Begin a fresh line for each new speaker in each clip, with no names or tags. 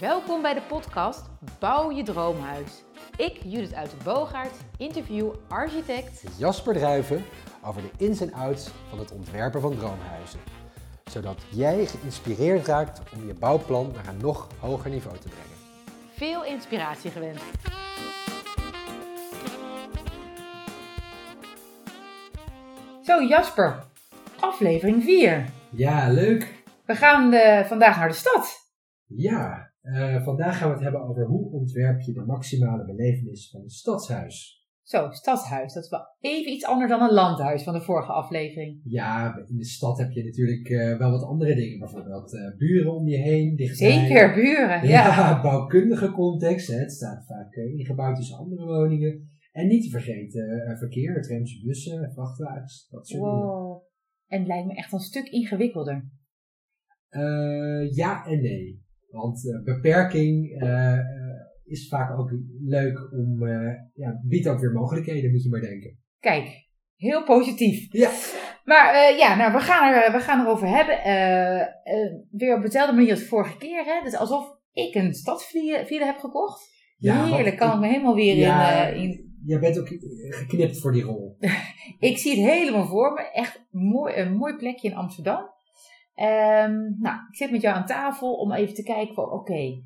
Welkom bij de podcast Bouw je droomhuis. Ik, Judith Uitenboogaert, interview architect.
Jasper Druiven over de ins en outs van het ontwerpen van droomhuizen. Zodat jij geïnspireerd raakt om je bouwplan naar een nog hoger niveau te brengen.
Veel inspiratie gewend. Zo Jasper, aflevering 4.
Ja, leuk.
We gaan eh, vandaag naar de stad.
Ja, eh, vandaag gaan we het hebben over hoe ontwerp je de maximale belevenis van een stadshuis.
Zo, stadshuis. Dat is wel even iets anders dan een landhuis van de vorige aflevering.
Ja, in de stad heb je natuurlijk eh, wel wat andere dingen. Bijvoorbeeld eh, buren om je heen, dichtbij.
Zeker, buren.
Ja,
Ja.
bouwkundige context. Hè. Het staat vaak eh, ingebouwd tussen andere woningen. En niet te vergeten eh, verkeer, trams, bussen, vrachtwagens, dat soort dingen.
Wow. En het lijkt me echt een stuk ingewikkelder.
Eh, ja en nee. Want eh, beperking eh, eh, is vaak ook leuk om, eh, ja, biedt ook weer mogelijkheden, moet je maar denken.
Kijk, heel positief.
Ja.
Maar eh, ja, nou, we, gaan er, we gaan erover hebben. eh, eh, weer op dezelfde manier als vorige keer. Hè? Dus alsof ik een stadsvilla heb gekocht.
Ja,
Heerlijk,
want-
kan ik me helemaal weer
Ja.
in, eh, in...
Jij bent ook eh, geknipt voor die rol.
Ik zie het helemaal voor me. Echt mooi, een mooi plekje in Amsterdam. Ehm, nou, ik zit met jou aan tafel om even te kijken van oké.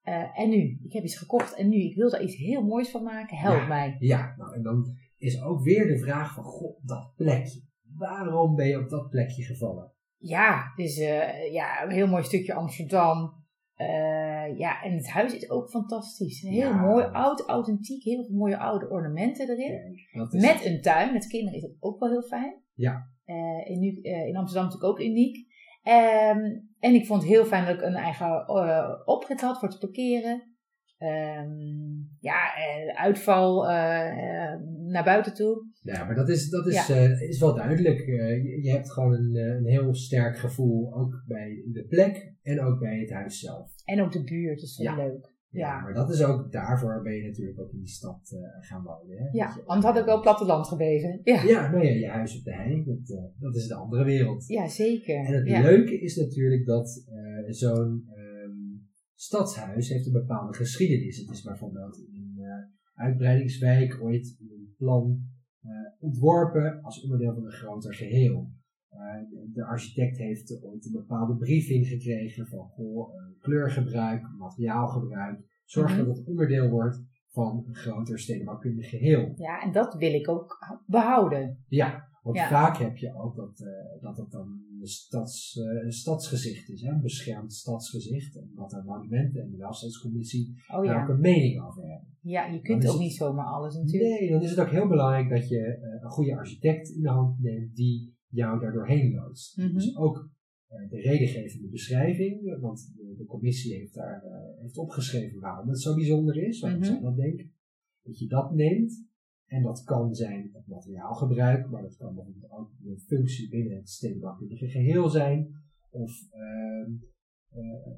eh, en nu? Ik heb iets gekocht en nu? Ik wil daar iets heel moois van maken. Help
Ja.
mij.
Ja, nou en dan is ook weer de vraag van, god, dat plekje. Waarom ben je op dat plekje gevallen?
Ja, dus eh, ja, een heel mooi stukje Amsterdam. Eh, ja, en het huis is ook fantastisch. Heel
Ja.
mooi, oud, authentiek. Heel veel mooie oude ornamenten erin.
Dat is-
Met een tuin, met kinderen is dat ook wel heel fijn.
Ja.
Eh, en nu, eh, in Amsterdam natuurlijk ook uniek. Ehm, en ik vond het heel fijn dat ik een eigen eh, oprit had voor te parkeren. Ehm, ja, eh, uitval eh, eh, naar buiten toe.
Ja, maar dat is, dat is, eh, is wel duidelijk. Eh, je, je hebt gewoon een, eh, een heel sterk gevoel, ook bij de plek en ook bij het huis zelf.
En ook de buurt is heel
Ja.
leuk.
Ja,
Ja.
maar dat is ook, daarvoor ben je natuurlijk ook in die stad eh, gaan wonen. Hè?
Ja,
Dat je-
anders had ik wel platteland gebleven. Ja.
Ja, nou ja, je huis op de hei, dat, eh, dat is de andere wereld.
Ja, zeker.
En het
ja.
leuke is natuurlijk dat eh, zo'n ehm, stadshuis heeft een bepaalde geschiedenis. Het is bijvoorbeeld in een eh, uitbreidingswijk ooit in een plan eh, ontworpen als onderdeel van een groter geheel. Eh, de architect heeft ooit een bepaalde briefing gekregen van goh, eh, kleurgebruik, materiaalgebruik. Zorg
Mhm.
dat het onderdeel wordt van een groter stedenbouwkundig geheel.
Ja, en dat wil ik ook behouden.
Ja, want
Ja.
vaak heb je ook dat, eh, dat het dan een, stads, eh, een stadsgezicht is, hè? een beschermd stadsgezicht. En dat er monumenten en de welstandscommissie
Oh
daar
ja.
ook een mening over hebben.
Ja, je
Dan
kunt
is
ook
het-
niet zomaar alles natuurlijk.
Nee, dan is het ook heel belangrijk dat je eh, een goede architect in de hand neemt die jou daar doorheen loodst.
Mhm.
Dus ook eh, de redengevende beschrijving, want de, de commissie heeft daar eh, heeft opgeschreven waarom het zo bijzonder is, waarom
Mhm.
zij dat denken. Dat je dat neemt. En dat kan zijn het materiaalgebruik, maar dat kan bijvoorbeeld ook de functie binnen het stedenbouwkundige geheel zijn. Of ehm, eh,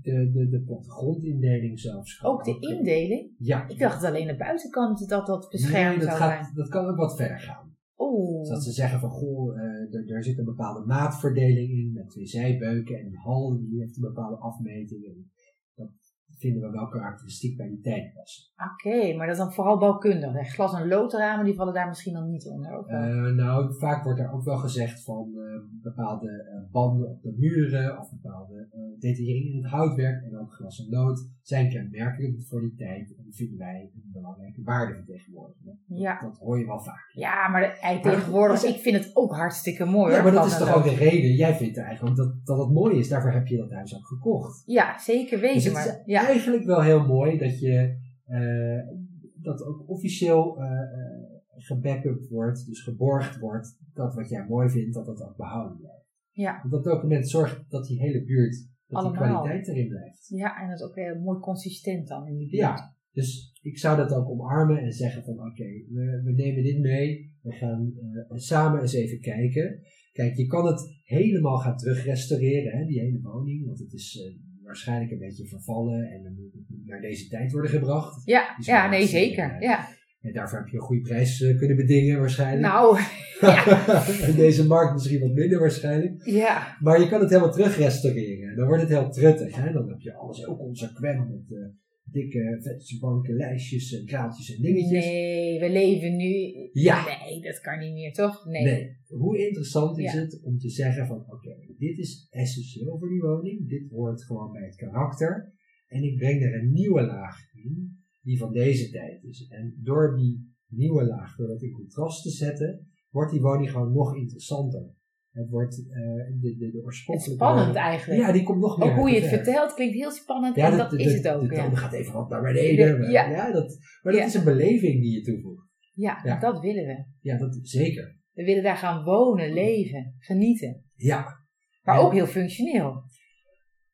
de, de, de plattegrondindeling zelfs. kan
Ook de
eh,
indeling.
Ja.
Ik dacht alleen de buitenkant dat dat beschermd
Nee, dat,
zou zijn.
gaat, dat kan ook wat verder gaan. Dus
Oeh.
dat ze zeggen van, goh, eh, er, er zit een bepaalde maatverdeling in met twee zijbeuken en een hal die heeft een bepaalde afmeting. En dat vinden we wel karakteristiek bij die tijd passen.
Oké, maar dat is dan vooral bouwkundig. Hè? Glas- en loodramen, die vallen daar misschien dan niet onder. Ook wel.
Eh, nou, vaak wordt er ook wel gezegd van eh, bepaalde eh, banden op de muren of bepaalde eh detaillering in het houtwerk en ook glas en lood zijn kenmerkelijk voor die tijd en vinden wij een belangrijke waarde vertegenwoordigen.
ja.
Dat hoor je wel vaak.
ja, maar de ei tegenwoordig, ik vind het ook hartstikke mooi.
Ja,
hoor,
maar dat
glas
is
en
toch ook
lood.
de reden. Jij vindt eigenlijk ook dat, dat het mooi is. Daarvoor heb je dat huis ook gekocht.
Ja, zeker
Dus
weten.
het is
Maar, ja.
eigenlijk wel heel mooi dat je eh, dat ook officieel eh, eh, gebackupt wordt, dus geborgd wordt, dat wat jij mooi vindt, dat dat ook behouden blijft.
Ja.
Want dat document zorgt dat die hele buurt, dat die
Allemaal.
kwaliteit erin blijft.
ja, en dat is ook weer mooi consistent dan in die buurt.
Ja, dus ik zou dat ook omarmen en zeggen van oké, we, we nemen dit mee, we gaan eh, samen eens even kijken. Kijk, je kan het helemaal gaan terugrestaureren, hè, die hele woning, want het is eh, waarschijnlijk een beetje vervallen en dan moet het naar deze tijd worden gebracht.
ja,
Is
ja
Dus wel
nee,
hartstikke
zeker.
leuk.
Ja.
ja, daarvoor heb je een goede prijs eh, kunnen bedingen waarschijnlijk.
Nou,
In deze markt misschien wat minder waarschijnlijk.
ja.
Maar je kan het helemaal terugrestaureren. Dan wordt het heel truttig. Hè? Dan heb je alles heel consequent met eh, dikke, vetse banken, lijstjes en draadjes en dingetjes.
Nee, we leven nu.
Ja.
Nee, dat kan niet meer, toch? Nee.
Nee. Hoe interessant is
Ja.
het om te zeggen van oké, dit is essentieel voor die woning. Dit hoort gewoon bij het karakter. En ik breng er een nieuwe laag in die van deze tijd is. En door die nieuwe laag, door dat in contrast te zetten, wordt die woning gewoon nog interessanter. Het wordt eh, de, de, de
Het is
oorspronkelijke
spannend
woning-
eigenlijk.
Ja, die komt nog meer
ook hoe je het
uit de verf.
vertelt klinkt heel spannend
Ja,
en dat, is het ook.
De
ja.
toon gaat even wat naar beneden.
Ja.
Ja. dat, maar dat
Ja.
is een beleving die je toevoegt.
Ja,
Ja.
dat willen we.
Ja, dat zeker.
We willen daar gaan wonen, leven, genieten.
Ja,
Maar
Ja.
ook heel functioneel.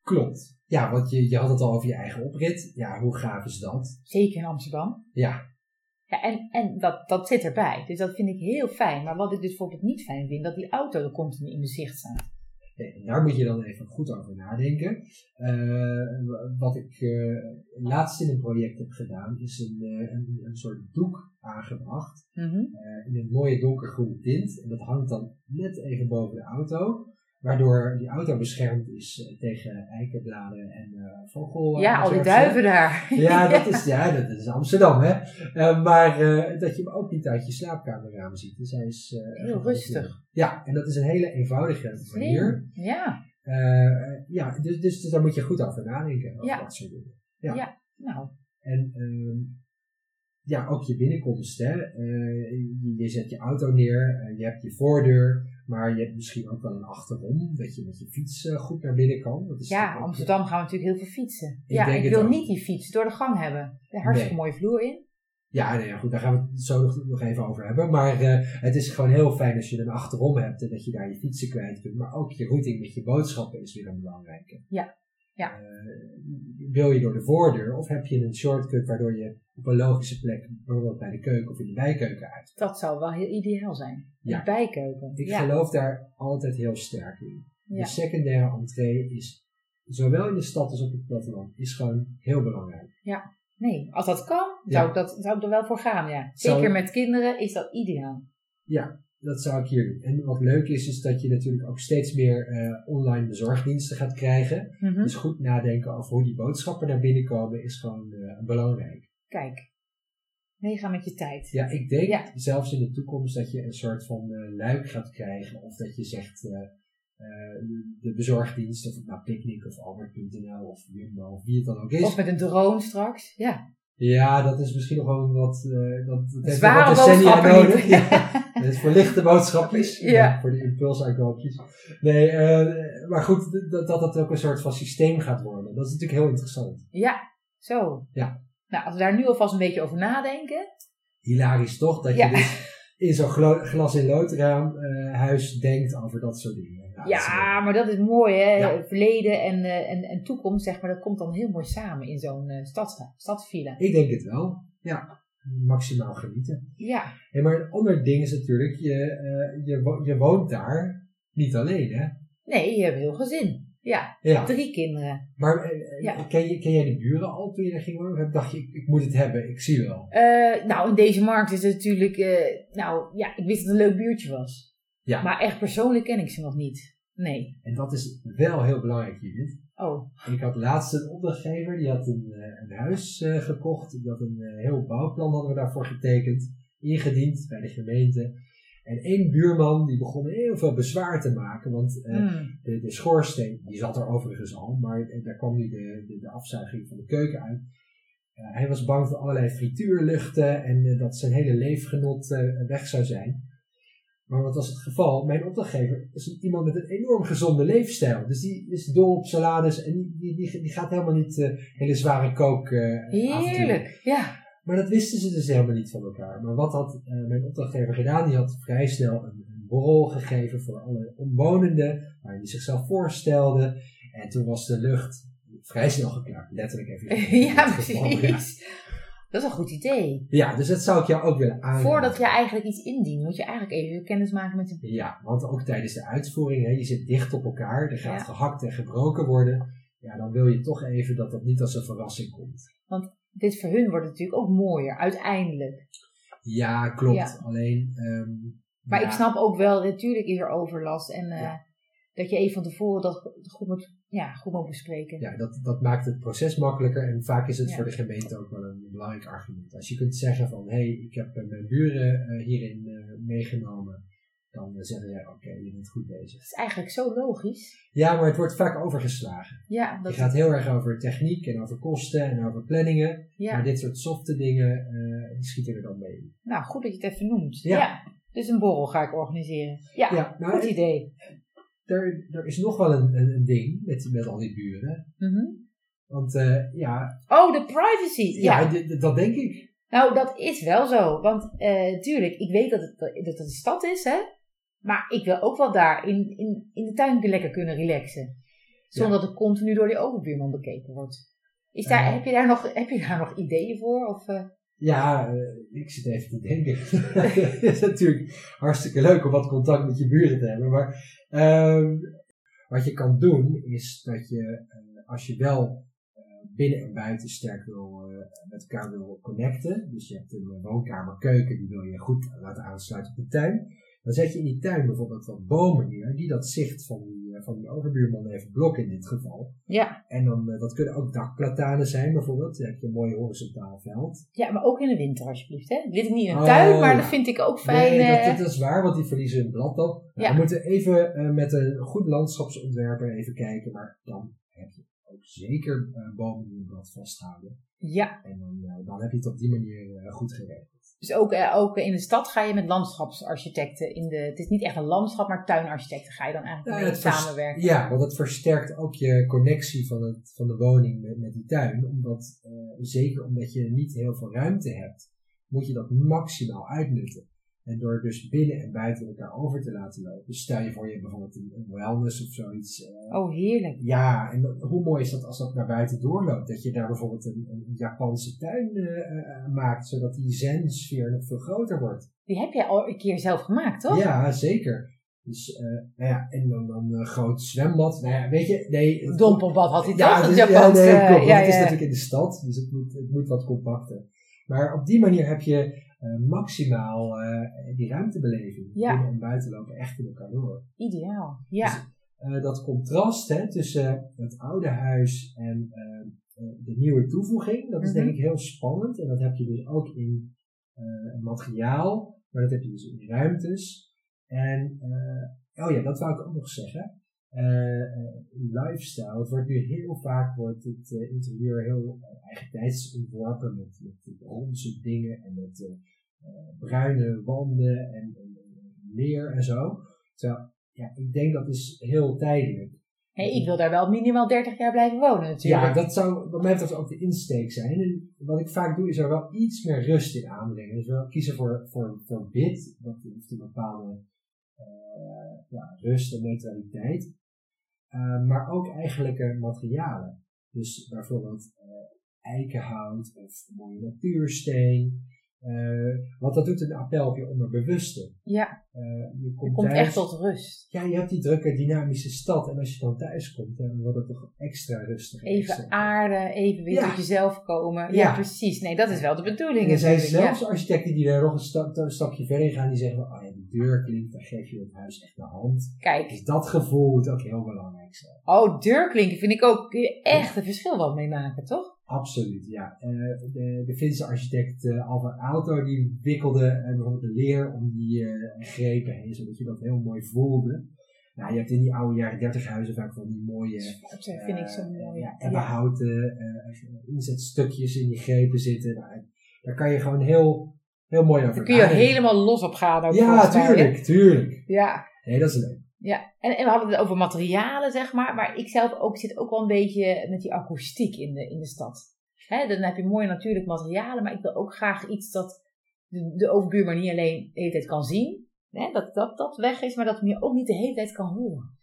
klopt. Ja, want je, je had het al over je eigen oprit. Ja, hoe gaaf is dat?
Zeker in Amsterdam.
Ja,
Ja, en en dat, dat zit erbij. Dus dat vind ik heel fijn. Maar wat ik dus bijvoorbeeld niet fijn vind, dat die auto er continu in mijn zicht staat.
nee, en eh, daar moet je dan even goed over nadenken. Eh, wa- wat ik eh, laatst in een project heb gedaan, is een, eh, een, een soort doek aangebracht.
Mhm.
eh, in een mooie donkergroene tint. En dat hangt dan net even boven de auto. Waardoor die auto beschermd is eh, tegen eikenbladen en eh vogel.
Ja, al die duiven daar.
Ja, dat is, ja, dat is Amsterdam, hè. Eh, maar eh, dat je hem ook niet uit je slaapkamerraam ziet. Dus hij is... eh,
Heel rustig.
Ja, en dat is een hele eenvoudige manier.
Slim. Ja,
Eh, ja, dus, dus, dus daar moet je goed over nadenken. Over
Ja.
dat soort dingen.
nou,
En ehm, ja, ook je binnenkomst. Hè? Eh, je, je zet je auto neer, eh, je hebt je voordeur, maar je hebt misschien ook wel een achterom, dat je met je fiets eh, goed naar binnen kan. Dat is
ja,
natuurlijk ook-
Amsterdam gaan we natuurlijk heel veel fietsen.
Ik
ja,
denk
ik
het
wil
ook.
niet die fiets door de gang hebben. Een hartstikke mooie vloer in.
Ja, nou ja, goed, daar gaan we het zo nog, nog even over hebben. Maar eh, het is gewoon heel fijn als je een achterom hebt en dat je daar je fietsen kwijt kunt. Maar ook je routing met je boodschappen is weer een belangrijke.
Ja, ja.
Eh, wil je door de voordeur of heb je een shortcut waardoor je op een logische plek, bijvoorbeeld bij de keuken of in de bijkeuken uit?
Dat zou wel heel ideaal zijn.
Ja.
Een bijkeuken.
Ik
ja.
geloof dus- daar altijd heel sterk in.
Ja.
De secundaire entree is, zowel in de stad als op het platteland, is gewoon heel belangrijk.
Nee, als dat kan,
Ja.
zou, ik dat, zou ik er wel voor gaan, ja.
Zou-
Zeker met kinderen is dat ideaal.
Dat zou ik hier doen. En wat leuk is, is dat je natuurlijk ook steeds meer eh, online bezorgdiensten gaat krijgen.
Mhm.
Dus goed nadenken over hoe die boodschappen naar binnen komen is gewoon eh, belangrijk.
Kijk, meegaan met je tijd.
Ja, ik denk
Ja.
zelfs in de toekomst dat je een soort van eh, luik gaat krijgen. Of dat je zegt, eh, eh, de bezorgdienst, of het nou Picnic of Albert.nl of Jumbo of wie het dan ook is.
Of met een drone straks. Ja,
Ja, dat is misschien nog wel wat. eh dat, dat heeft nog
Zware
wat decennia
boodschappen
nodig.
niet.
Ja, het is voor lichte boodschapjes.
Ja.
Ja, Voor de impulsuitkoopjes. Nee, eh, maar goed, dat, dat dat ook een soort van systeem gaat worden. Dat is natuurlijk heel interessant.
ja, zo.
Ja.
Nou, als we daar nu alvast een beetje over nadenken.
Hilarisch toch? Dat
Ja.
je dus in zo'n glo- glas in loodraam eh, huis denkt over dat soort dingen. Nou, dat is wel-
Ja, maar dat is mooi hè.
Ja.
Verleden en, eh, en, en toekomst, zeg maar, dat komt dan heel mooi samen in zo'n eh stads, stadsvilla.
ik denk het wel. Ja, maximaal genieten.
Ja,
Hey, maar een ander ding is natuurlijk, je, eh, je, wo- je woont daar niet alleen, hè?
nee, je hebt een heel gezin. Ja,
Ja.
drie kinderen.
Maar eh, eh,
Ja.
ken, je, ken jij de buren al toen je daar ging wonen? Of dacht je, ik, ik moet het hebben, ik zie wel.
Eh, nou, in deze markt is het natuurlijk, eh, nou ja, ik wist dat het een leuk buurtje was.
Ja.
Maar echt persoonlijk ken ik ze nog niet. Nee.
En dat is wel heel belangrijk, Judith.
Oh,
Ik had laatst een opdrachtgever, die had een, eh, een huis eh, gekocht. Die had een eh, heel bouwplan, hadden we daarvoor getekend. Ingediend bij de gemeente. En één buurman, die begon heel veel bezwaar te maken. Want eh,
Hmm.
de, de schoorsteen, die zat er overigens al. Maar eh, daar kwam nu de, de, de afzuiging van de keuken uit. Eh, hij was bang voor allerlei frituurluchten en eh, dat zijn hele leefgenot eh, weg zou zijn. Maar wat was het geval? Mijn opdrachtgever is een- iemand met een enorm gezonde leefstijl. Dus die is dol op salades en die, die, die, die gaat helemaal niet eh, hele zware kook eh, avonturen.
Heerlijk, ja.
Maar dat wisten ze dus helemaal niet van elkaar. Maar wat had eh, mijn opdrachtgever gedaan? Die had vrij snel een, een borrel gegeven voor alle omwonenden, waarin die zichzelf voorstelde. En toen was de lucht vrij snel geklaard. Letterlijk even.
ja, precies. Dat is een goed idee.
Ja, dus dat zou ik jou ook willen aanraden.
Voordat je eigenlijk iets indient, moet je eigenlijk even kennis maken met de...
Ja, want ook tijdens de uitvoering, hè, je zit dicht op elkaar, er gaat
Ja.
gehakt en gebroken worden. Ja, dan wil je toch even dat dat niet als een verrassing komt.
Dit voor hun wordt het natuurlijk ook mooier, uiteindelijk.
Ja, klopt.
Ja.
Alleen. ehm,
Maar
ja,
ik snap ook wel, natuurlijk is er overlast. En eh, dat je even van tevoren dat goed moet, ja, goed moet bespreken.
Ja, dat, dat maakt het proces makkelijker en vaak is het
Ja.
voor de gemeente ook wel een belangrijk argument. Als je kunt zeggen van, hé, hey, ik heb eh, mijn buren eh, hierin eh, meegenomen, dan eh, zeggen ze, ja, oké, je bent goed bezig.
Dat is eigenlijk zo logisch.
Ja, maar het wordt vaak overgeslagen.
Ja,
Het
dat,
gaat heel erg over techniek en over kosten en over planningen, maar
ja.
dit soort softe dingen, eh, die schieten er dan mee.
Nou, goed dat je het even noemt.
Ja.
Ja. Dus een borrel ga ik organiseren. Ja,
Ja, nou,
goed
en
idee.
er, er is nog wel een, een, een ding met, met al die buren,
Mhm.
want eh, ja,
Oh, de privacy. Ja.
ja. d- d- dat denk ik.
Nou, dat is wel zo. Want eh tuurlijk, ik weet dat het, dat het een stad is, hè. Maar ik wil ook wel daar in, in, in de tuin lekker kunnen relaxen. Zonder dat ik continu door die overbuurman bekeken wordt. Is daar,
Ja.
heb, je daar nog, heb je daar nog ideeën voor? Of, eh,
Ja, eh, ik zit even te denken. Het is natuurlijk hartstikke leuk om wat contact met je buren te hebben. Maar ehm, wat je kan doen is dat je, eh, als je wel eh, binnen en buiten sterk wil, eh, met elkaar wil connecten. Dus je hebt een eh, woonkamer, keuken, die wil je goed laten aansluiten op de tuin. Dan zet je in die tuin bijvoorbeeld wat bomen neer, die dat zicht van die, eh, van die overbuurman even blokken in dit geval.
ja.
En dan, eh, dat kunnen ook dakplatanen zijn bijvoorbeeld. Dan heb je een mooi horizontaal veld.
ja, maar ook in de winter alsjeblieft. Hè? Dit is niet een
Oh,
tuin, maar dat
ja.
vind ik ook fijn.
Nee,
eh,
dat, dat is waar, want die verliezen hun blad dan. Nou,
Ja.
We moeten even eh, met een goed landschapsontwerper even kijken, maar dan heb je ook zeker eh, bomen die hun blad vasthouden.
ja,
En dan, eh, dan heb je het op die manier eh, goed geregeld.
dus ook, eh, ook in de stad ga je met landschapsarchitecten. In de, het is niet echt een landschap, maar tuinarchitecten ga je dan eigenlijk
Nou,
mee
het vers-
samenwerken.
Ja, want dat versterkt ook je connectie van, het, van de woning met, met die tuin. Omdat, eh, zeker omdat je niet heel veel ruimte hebt, moet je dat maximaal uitnutten. En door dus binnen en buiten elkaar over te laten lopen. Dus stel je voor je hebt bijvoorbeeld een een wellness of zoiets. eh,
Oh, heerlijk.
Ja, en dat- hoe mooi is dat als dat naar buiten doorloopt? Dat je daar bijvoorbeeld een, een Japanse tuin eh, eh, eh, maakt, zodat die zen-sfeer nog veel groter wordt.
Die heb jij al een keer zelf gemaakt, toch?
Ja, zeker. Dus, eh, nou ja, en dan, dan een groot zwembad. Nou ja, weet je, nee. het-
Dompelbad had hij
Ja,
toch?
dus-
Het
ja,
Japans,
nee,
eh,
klopt. want
ja,
het is
ja.
natuurlijk in de stad, dus het moet, het moet wat compacter. Maar op die manier heb je eh, maximaal eh, die ruimtebeleving.
Ja.
Binnen en buiten lopen echt in elkaar door.
Ideaal, ja.
Dus- eh, dat contrast hè, tussen het oude huis en eh, eh, de nieuwe toevoeging, dat is denk
Mhm.
ik heel spannend. En dat heb je dus ook in eh, materiaal, maar dat heb je dus in ruimtes. En, eh, oh ja, dat wou ik ook nog zeggen. Eh, eh, lifestyle, het wordt nu heel vaak wordt het eh, interieur heel eh, eigen tijds ontworpen met, met onze dingen en met eh, eh, bruine wanden en, en, en leer en zo. Terwijl ja, ik denk dat is heel tijdelijk.
Hey, ik wil daar wel minimaal 30 jaar blijven wonen natuurlijk.
Ja, dat zou wat mij betreft ook de insteek zijn. En wat ik vaak doe, is er wel iets meer rust in aanbrengen. Dus wel kiezen voor, voor, voor wit, dat heeft een bepaalde eh, ja, rust en neutraliteit. Eh, maar ook eigenlijke materialen. Dus bijvoorbeeld eh, eikenhout of mooie natuursteen. Eh, want dat doet een appel op je onderbewuste.
Ja.
Eh, je komt,
je komt
thuis-
echt tot rust.
ja, je hebt die drukke, dynamische stad. En als je dan thuis komt, dan wordt het toch extra rustig. en extra-
Even aarde, even weer
Ja.
tot jezelf komen.
Ja.
Ja, precies. Nee, dat is wel de bedoeling.
En er zijn
natuurlijk,
zelfs architecten die daar nog een, stap, een stapje verder in gaan. Die zeggen, ah ja, de deur klinkt, dan geef je het huis echt de hand.
ja. Kijk,
Dus dat gevoel moet ook heel belangrijk zijn.
oh, deurklinken vind ik ook. Kun je echt een verschil wel mee maken, toch?
Absoluut, ja. Eh, de, de Finse architect eh, Alvar Aalto, die wikkelde eh, bijvoorbeeld de leer om die eh, grepen heen, zodat je dat heel mooi voelde. Nou, je hebt in die oude jaren 30 huizen vaak van die mooie...
Dat vind ik zo
Eh,
mooi.
Ja, ebbenhouten eh, inzetstukjes in die grepen zitten. Nou, daar kan je gewoon heel, heel mooi over
Daar kun je
nadenken.
helemaal los op gaan. ook
Ja,
volgens mij, hè?
tuurlijk, tuurlijk.
Ja,
Nee, dat is leuk.
Ja, en, en we hadden het over materialen, zeg maar. Maar ik zelf ook zit ook wel een beetje met die akoestiek in de, in de stad. Hè, dan heb je mooie natuurlijk materialen, maar ik wil ook graag iets dat de, de overbuurman niet alleen de hele tijd kan zien. Hè, dat, dat dat weg is, maar dat hij ook niet de hele tijd kan horen.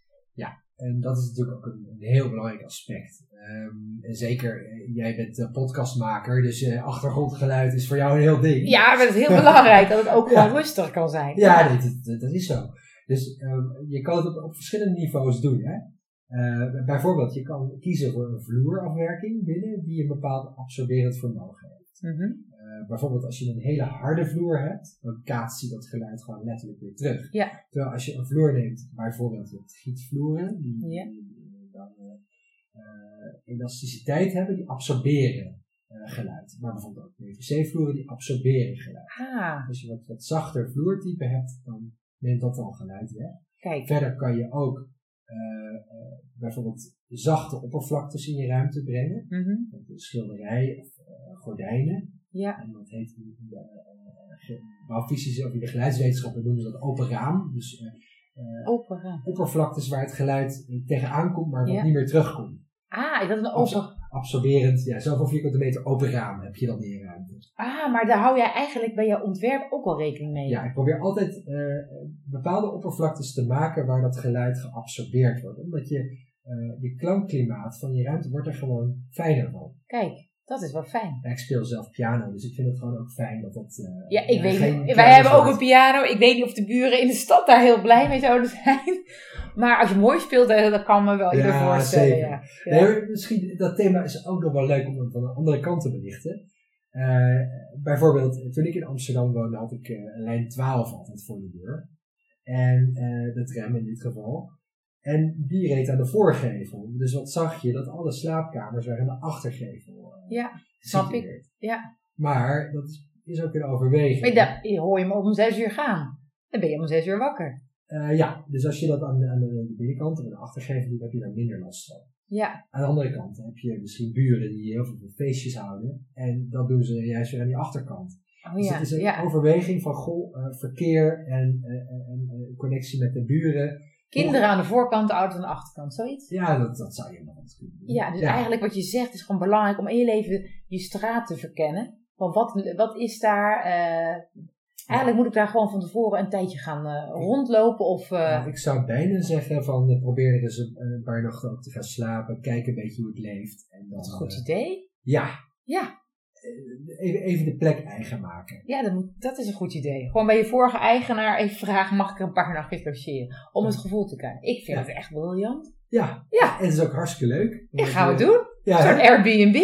En dat is natuurlijk ook een, een heel belangrijk aspect. Ehm, en zeker, eh, jij bent eh, podcastmaker, dus eh, achtergrondgeluid is voor jou een heel ding.
Ja, maar het is heel belangrijk dat het ook
Ja.
gewoon rustig kan zijn.
Ja, nee, dat, dat- dat is zo. Dus ehm, je kan het op, op verschillende niveaus doen. Hè? Eh, bijvoorbeeld, je kan kiezen voor een vloerafwerking binnen die een bepaald absorberend vermogen heeft.
Mhm.
Eh, eh, bijvoorbeeld als je een hele harde vloer hebt, dan kaatst je dat geluid gewoon letterlijk weer terug.
Ja.
Terwijl als je een vloer neemt, bijvoorbeeld met gietvloeren, die,
Ja.
die dan eh, eh, elasticiteit hebben, die absorberen eh, geluid. Maar bijvoorbeeld ook PVC-vloeren, die absorberen geluid.
Ah,
Als je wat, wat zachter vloertype hebt, dan neemt dat al geluid weg.
kijk.
Verder kan je ook eh, eh, bijvoorbeeld zachte oppervlaktes in je ruimte brengen.
Mhm.
Met een schilderij of eh, gordijnen.
Ja,
En dat heet in in de eh, ge- bouwfysische of in de geluidswetenschappen noemen ze dat open raam. Dus eh,
open raam.
oppervlaktes waar het geluid eh, tegenaan komt, maar wat
Ja.
niet meer terugkomt.
Ah, is dat een open...
Absorberend, ja, zoveel vierkante meter open raam heb je dan in je ruimte.
Ah, maar daar hou jij eigenlijk bij jouw ontwerp ook wel rekening mee.
Ja, ik probeer altijd eh, bepaalde oppervlaktes te maken waar dat geluid geabsorbeerd wordt. Omdat je, eh, je klankklimaat van je ruimte wordt er gewoon fijner van.
Kijk, dat is wel fijn.
Ja, ik speel zelf piano, dus ik vind het gewoon ook fijn dat dat... eh,
Ja, ik
eh,
weet
geen
niet. Wij
kermis
hebben ook
wordt.
een piano. Ik weet niet of de buren in de stad daar heel blij mee zouden zijn. Maar als je mooi speelt, eh, dat kan me wel ieder
Ja,
voorstellen.
zeker.
Ja.
Nee, maar misschien, dat thema is ook nog wel leuk om hem van de andere kant te belichten. Eh, bijvoorbeeld, eh, toen ik in Amsterdam woonde, had ik eh, lijn 12 altijd voor de deur. En eh, de tram in dit geval. En die reed aan de voorgevel. Dus wat zag je? Dat alle slaapkamers waren aan de achtergevel. eh,
Ja, snap ik.
gesitueerd.
Ja.
Maar dat is, is ook een overweging.
Maar daar- je hoor je hem om zes uur gaan. Dan ben je om zes uur wakker.
Eh, ja, dus als je dat aan de, aan de binnenkant of aan de achtergevel doet, heb je daar minder last van.
Ja,
Aan de andere kant heb je misschien buren die heel veel van feestjes houden. En dat doen ze juist weer aan die achterkant.
oh,
Dus
ja.
het is een
ja.
overweging van goh, eh, verkeer en, eh, eh, en, eh, connectie met de buren.
Kinderen aan de voorkant, ouders aan de achterkant, zoiets.
Ja, dat, dat zou je nog eens kunnen doen.
Ja, dus eigenlijk wat je zegt is gewoon belangrijk om in je leven je straat te verkennen. Van wat, wat is daar... eh, eigenlijk moet ik daar gewoon van tevoren een tijdje gaan eh, rondlopen of... eh,
Nou, ik zou bijna zeggen van eh, probeer er eens een, een paar nachten ook te gaan slapen. Kijk een beetje hoe het leeft. En dan,
dat is een goed
eh,
idee.
ja,
Ja,
eh, even, even de plek eigen maken.
ja dat, moet- dat is een goed idee. Gewoon bij je vorige eigenaar even vragen, mag ik er een paar nachtjes logeren? Om het gevoel te krijgen. Ik vind
Ja.
het echt briljant.
Ja.
Ja.
En het is ook hartstikke leuk. Eh,
En gaan we het doen.
Ja,
Zo'n
hè?
Airbnb.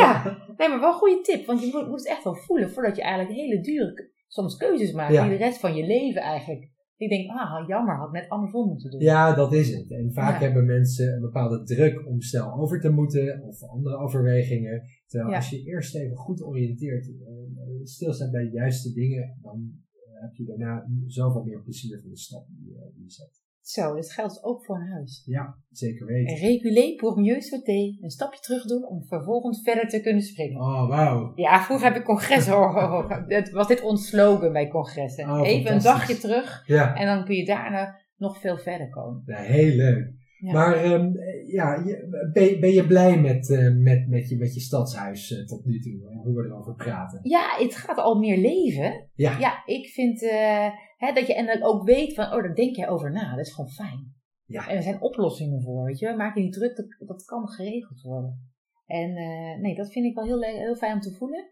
Ja. Nee, maar wel een goede tip. Want je moet, moet het echt wel voelen voordat je eigenlijk hele dure ke- soms keuzes maakt.
Ja.
Die de rest van je leven eigenlijk. Die denkt, ah, jammer, had ik net andersom moeten doen.
Ja, dat is het. En vaak
Ja.
hebben mensen een bepaalde druk om snel over te moeten of andere overwegingen. Terwijl
Ja.
als je eerst even goed oriënteert, eh, stilstaat bij de juiste dingen, dan eh, heb je daarna zoveel meer plezier van de stap die, eh, die je zet.
Zo, dat geldt ook voor een huis.
Zeker weten.
Reculer pour mieux sauter. Een stapje terug doen om vervolgens verder te kunnen springen.
Oh, wauw.
Ja, vroeger heb ik congres hoor. Het was dit ons slogan bij congressen.
Oh,
Even een
fantastisch.
dagje terug
Ja,
en dan kun je daarna nog veel verder komen.
ja heel leuk.
Ja.
Maar ehm, ja, je- ben, ben je blij met, eh, met, met, je, met je stadshuis eh, tot nu toe? En hoe we erover praten?
Ja, het gaat al meer leven.
Ja.
Ja, ik vind eh, hè, dat je en dat ik ook weet van, oh, daar denk jij over na. Dat is gewoon fijn.
Ja.
En er zijn oplossingen voor, weet je. wel. Maak je niet druk, dat, dat kan geregeld worden. En eh, nee, dat vind ik wel heel, le- heel fijn om te voelen.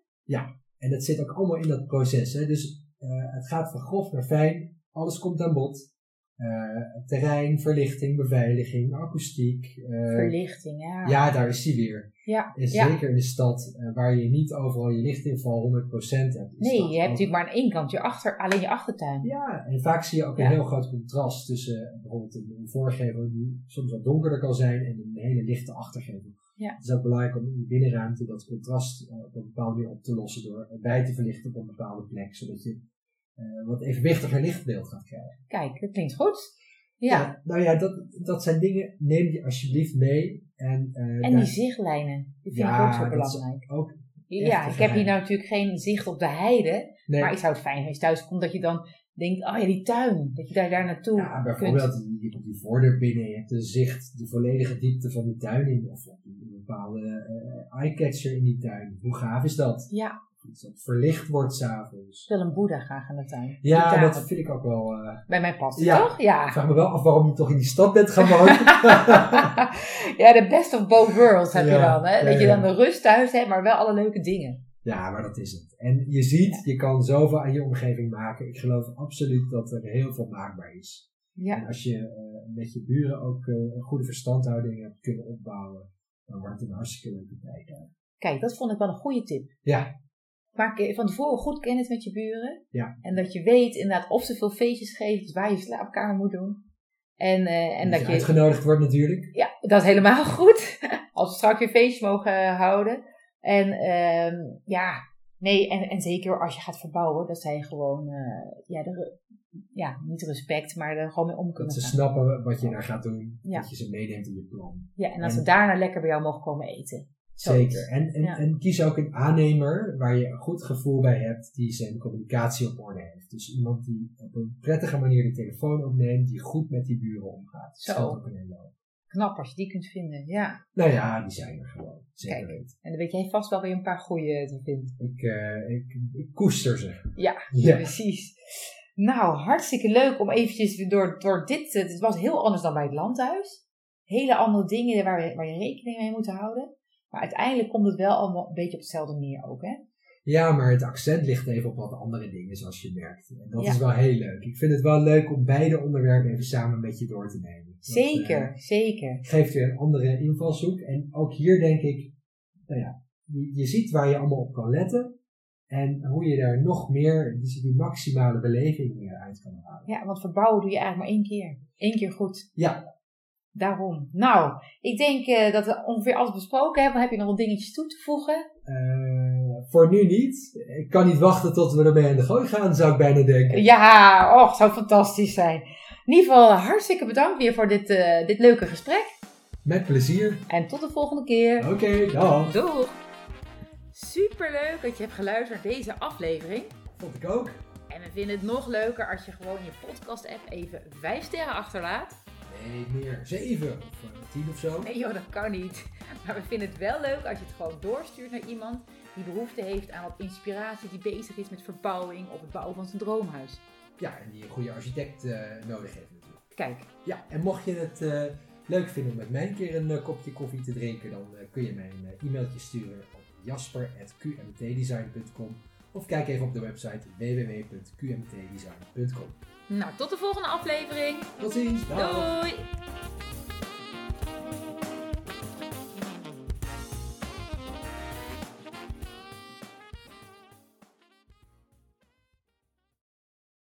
En dat zit ook allemaal in dat proces. Hè? Dus eh, het gaat van grof naar fijn. Alles komt aan bod. Eh, terrein, verlichting, beveiliging, akoestiek. eh,
Verlichting, ja.
ja, daar is die weer.
Ja,
En
ja.
zeker in de stad eh, waar je niet overal je lichtinval 100% hebt. is nou
Nee,
dat
je hebt
ook-
natuurlijk maar aan één kant, je achter, alleen je achtertuin.
Ja, en vaak zie je ook
Ja.
een heel groot contrast tussen eh, bijvoorbeeld een, een voorgevel die soms wat donkerder kan zijn en een hele lichte achtergevel.
Ja.
Het is ook belangrijk om in de binnenruimte dat contrast eh, op een bepaalde manier op te lossen door het bij te verlichten op een bepaalde plek, zodat je eh, wat evenwichtiger lichtbeeld gaat krijgen.
Kijk, dat klinkt goed. ja.
nou ja, dat, dat zijn dingen, neem die alsjeblieft mee. En, eh,
En
daar-
die zichtlijnen, die vind
Ja,
ik ook zo
dat is
belangrijk.
ook
ja,
een
ik heb hier
geheim.
nou natuurlijk geen zicht op de heide,
nee,
maar ik zou het fijn vinden als je thuis komt dat je dan denkt, oh ja, die tuin, dat je daar, daar naartoe
ja,
kunt.
bijvoorbeeld, je komt die voordeur binnen, je hebt een zicht, de volledige diepte van de tuin in, of een bepaalde eh, eyecatcher in die tuin. Hoe gaaf is dat?
Ja,
Iets dat verlicht wordt s'avonds.
ik wil een boeddha graag aan de tuin.
Ja,
Die tuin
dat vind ik ook wel. eh,
Bij mij past het,
Ja.
toch?
ik
Ja.
vraag me wel af waarom je toch in die stad bent gaan wonen.
ja, de best of both worlds heb je
Ja,
dan. Hè?
ja,
dat je
ja.
dan de rust thuis hebt, maar wel alle leuke dingen.
ja, maar dat is het. En je ziet, je kan zoveel aan je omgeving maken. Ik geloof absoluut dat er heel veel maakbaar is.
Ja,
En als je eh, met je buren ook eh, een goede verstandhouding hebt kunnen opbouwen, dan wordt het een hartstikke leuke tijd.
kijk, dat vond ik wel een goede tip.
Ja.
vaak van tevoren goed kennis met je buren.
Ja.
En dat je weet inderdaad of ze veel feestjes geven, dus waar je slaapkamer moet doen. En, eh, en
Als je
dat je,
uitgenodigd wordt natuurlijk.
ja, dat is helemaal goed. Als we straks weer feestjes mogen eh, houden. En ehm, ja, nee, en, en zeker als je gaat verbouwen, dat zij gewoon, eh, ja, de re- ja, niet respect, maar er gewoon mee om
Dat
kunnen
ze
gaan.
snappen wat je daar gaat doen.
Ja.
Dat je ze meeneemt in je plan.
Ja, en dat ze
en-
daarna lekker bij jou mogen komen eten. Zoiets.
Zeker. En, en,
Ja.
en kies ook een aannemer waar je een goed gevoel bij hebt, die zijn communicatie op orde heeft. Dus iemand die op een prettige manier de telefoon opneemt, die goed met die buren omgaat.
Zo.
Scheelt ook een hele hoop.
Knap als je die kunt vinden, ja.
Nou ja, die zijn er gewoon. Zeker weten.
En dan weet jij vast wel weer een paar goeie te vinden.
Ik, eh, ik, ik koester ze.
Ja.
ja.
Precies. Nou, hartstikke leuk om eventjes weer door, door dit... eh, Het was heel anders dan bij het landhuis. Hele andere dingen waar, we, waar je rekening mee moet houden. Maar uiteindelijk komt het wel allemaal een beetje op dezelfde manier ook, hè?
Ja, maar het accent ligt even op wat andere dingen, zoals je merkt. En dat
Ja.
is wel heel leuk. Ik vind het wel leuk om beide onderwerpen even samen met je door te nemen. Want, eh,
Zeker, zeker.
geeft weer een andere invalshoek. En ook hier denk ik, nou ja, je, je ziet waar je allemaal op kan letten. En hoe je daar nog meer dus die maximale beleving eh, uit kan halen.
Ja, want verbouwen doe je eigenlijk maar één keer. Eén keer goed.
Ja.
Daarom. Nou, ik denk eh, dat we ongeveer alles besproken hebben. Heb je nog wat dingetjes toe te voegen?
Eh, voor nu niet. Ik kan niet wachten tot we ermee aan de gooi gaan, zou ik bijna denken.
Ja, och, zou fantastisch zijn. In ieder geval, hartstikke bedankt weer voor dit, eh, dit leuke gesprek.
Met plezier.
En tot de volgende keer.
Oké, dag.
Doeg! Superleuk dat je hebt geluisterd naar deze aflevering.
Vond ik ook.
En we vinden het nog leuker als je gewoon in je podcast-app even 5 sterren achterlaat.
Nee, meer. Zeven of eh, tien of zo.
Nee joh, dat kan niet. Maar we vinden het wel leuk als je het gewoon doorstuurt naar iemand die behoefte heeft aan wat inspiratie, die bezig is met verbouwing of het bouwen van zijn droomhuis.
Ja, en die een goede architect eh, nodig heeft natuurlijk.
Kijk,
Ja, en mocht je het eh, leuk vinden om met mij een keer een eh, kopje koffie te drinken, dan eh, kun je mij een eh, e-mailtje sturen op jasper.qmtdesign.com of kijk even op de website www.qmtdesign.com.
nou tot de volgende aflevering.
Tot ziens! Dag.
Doei!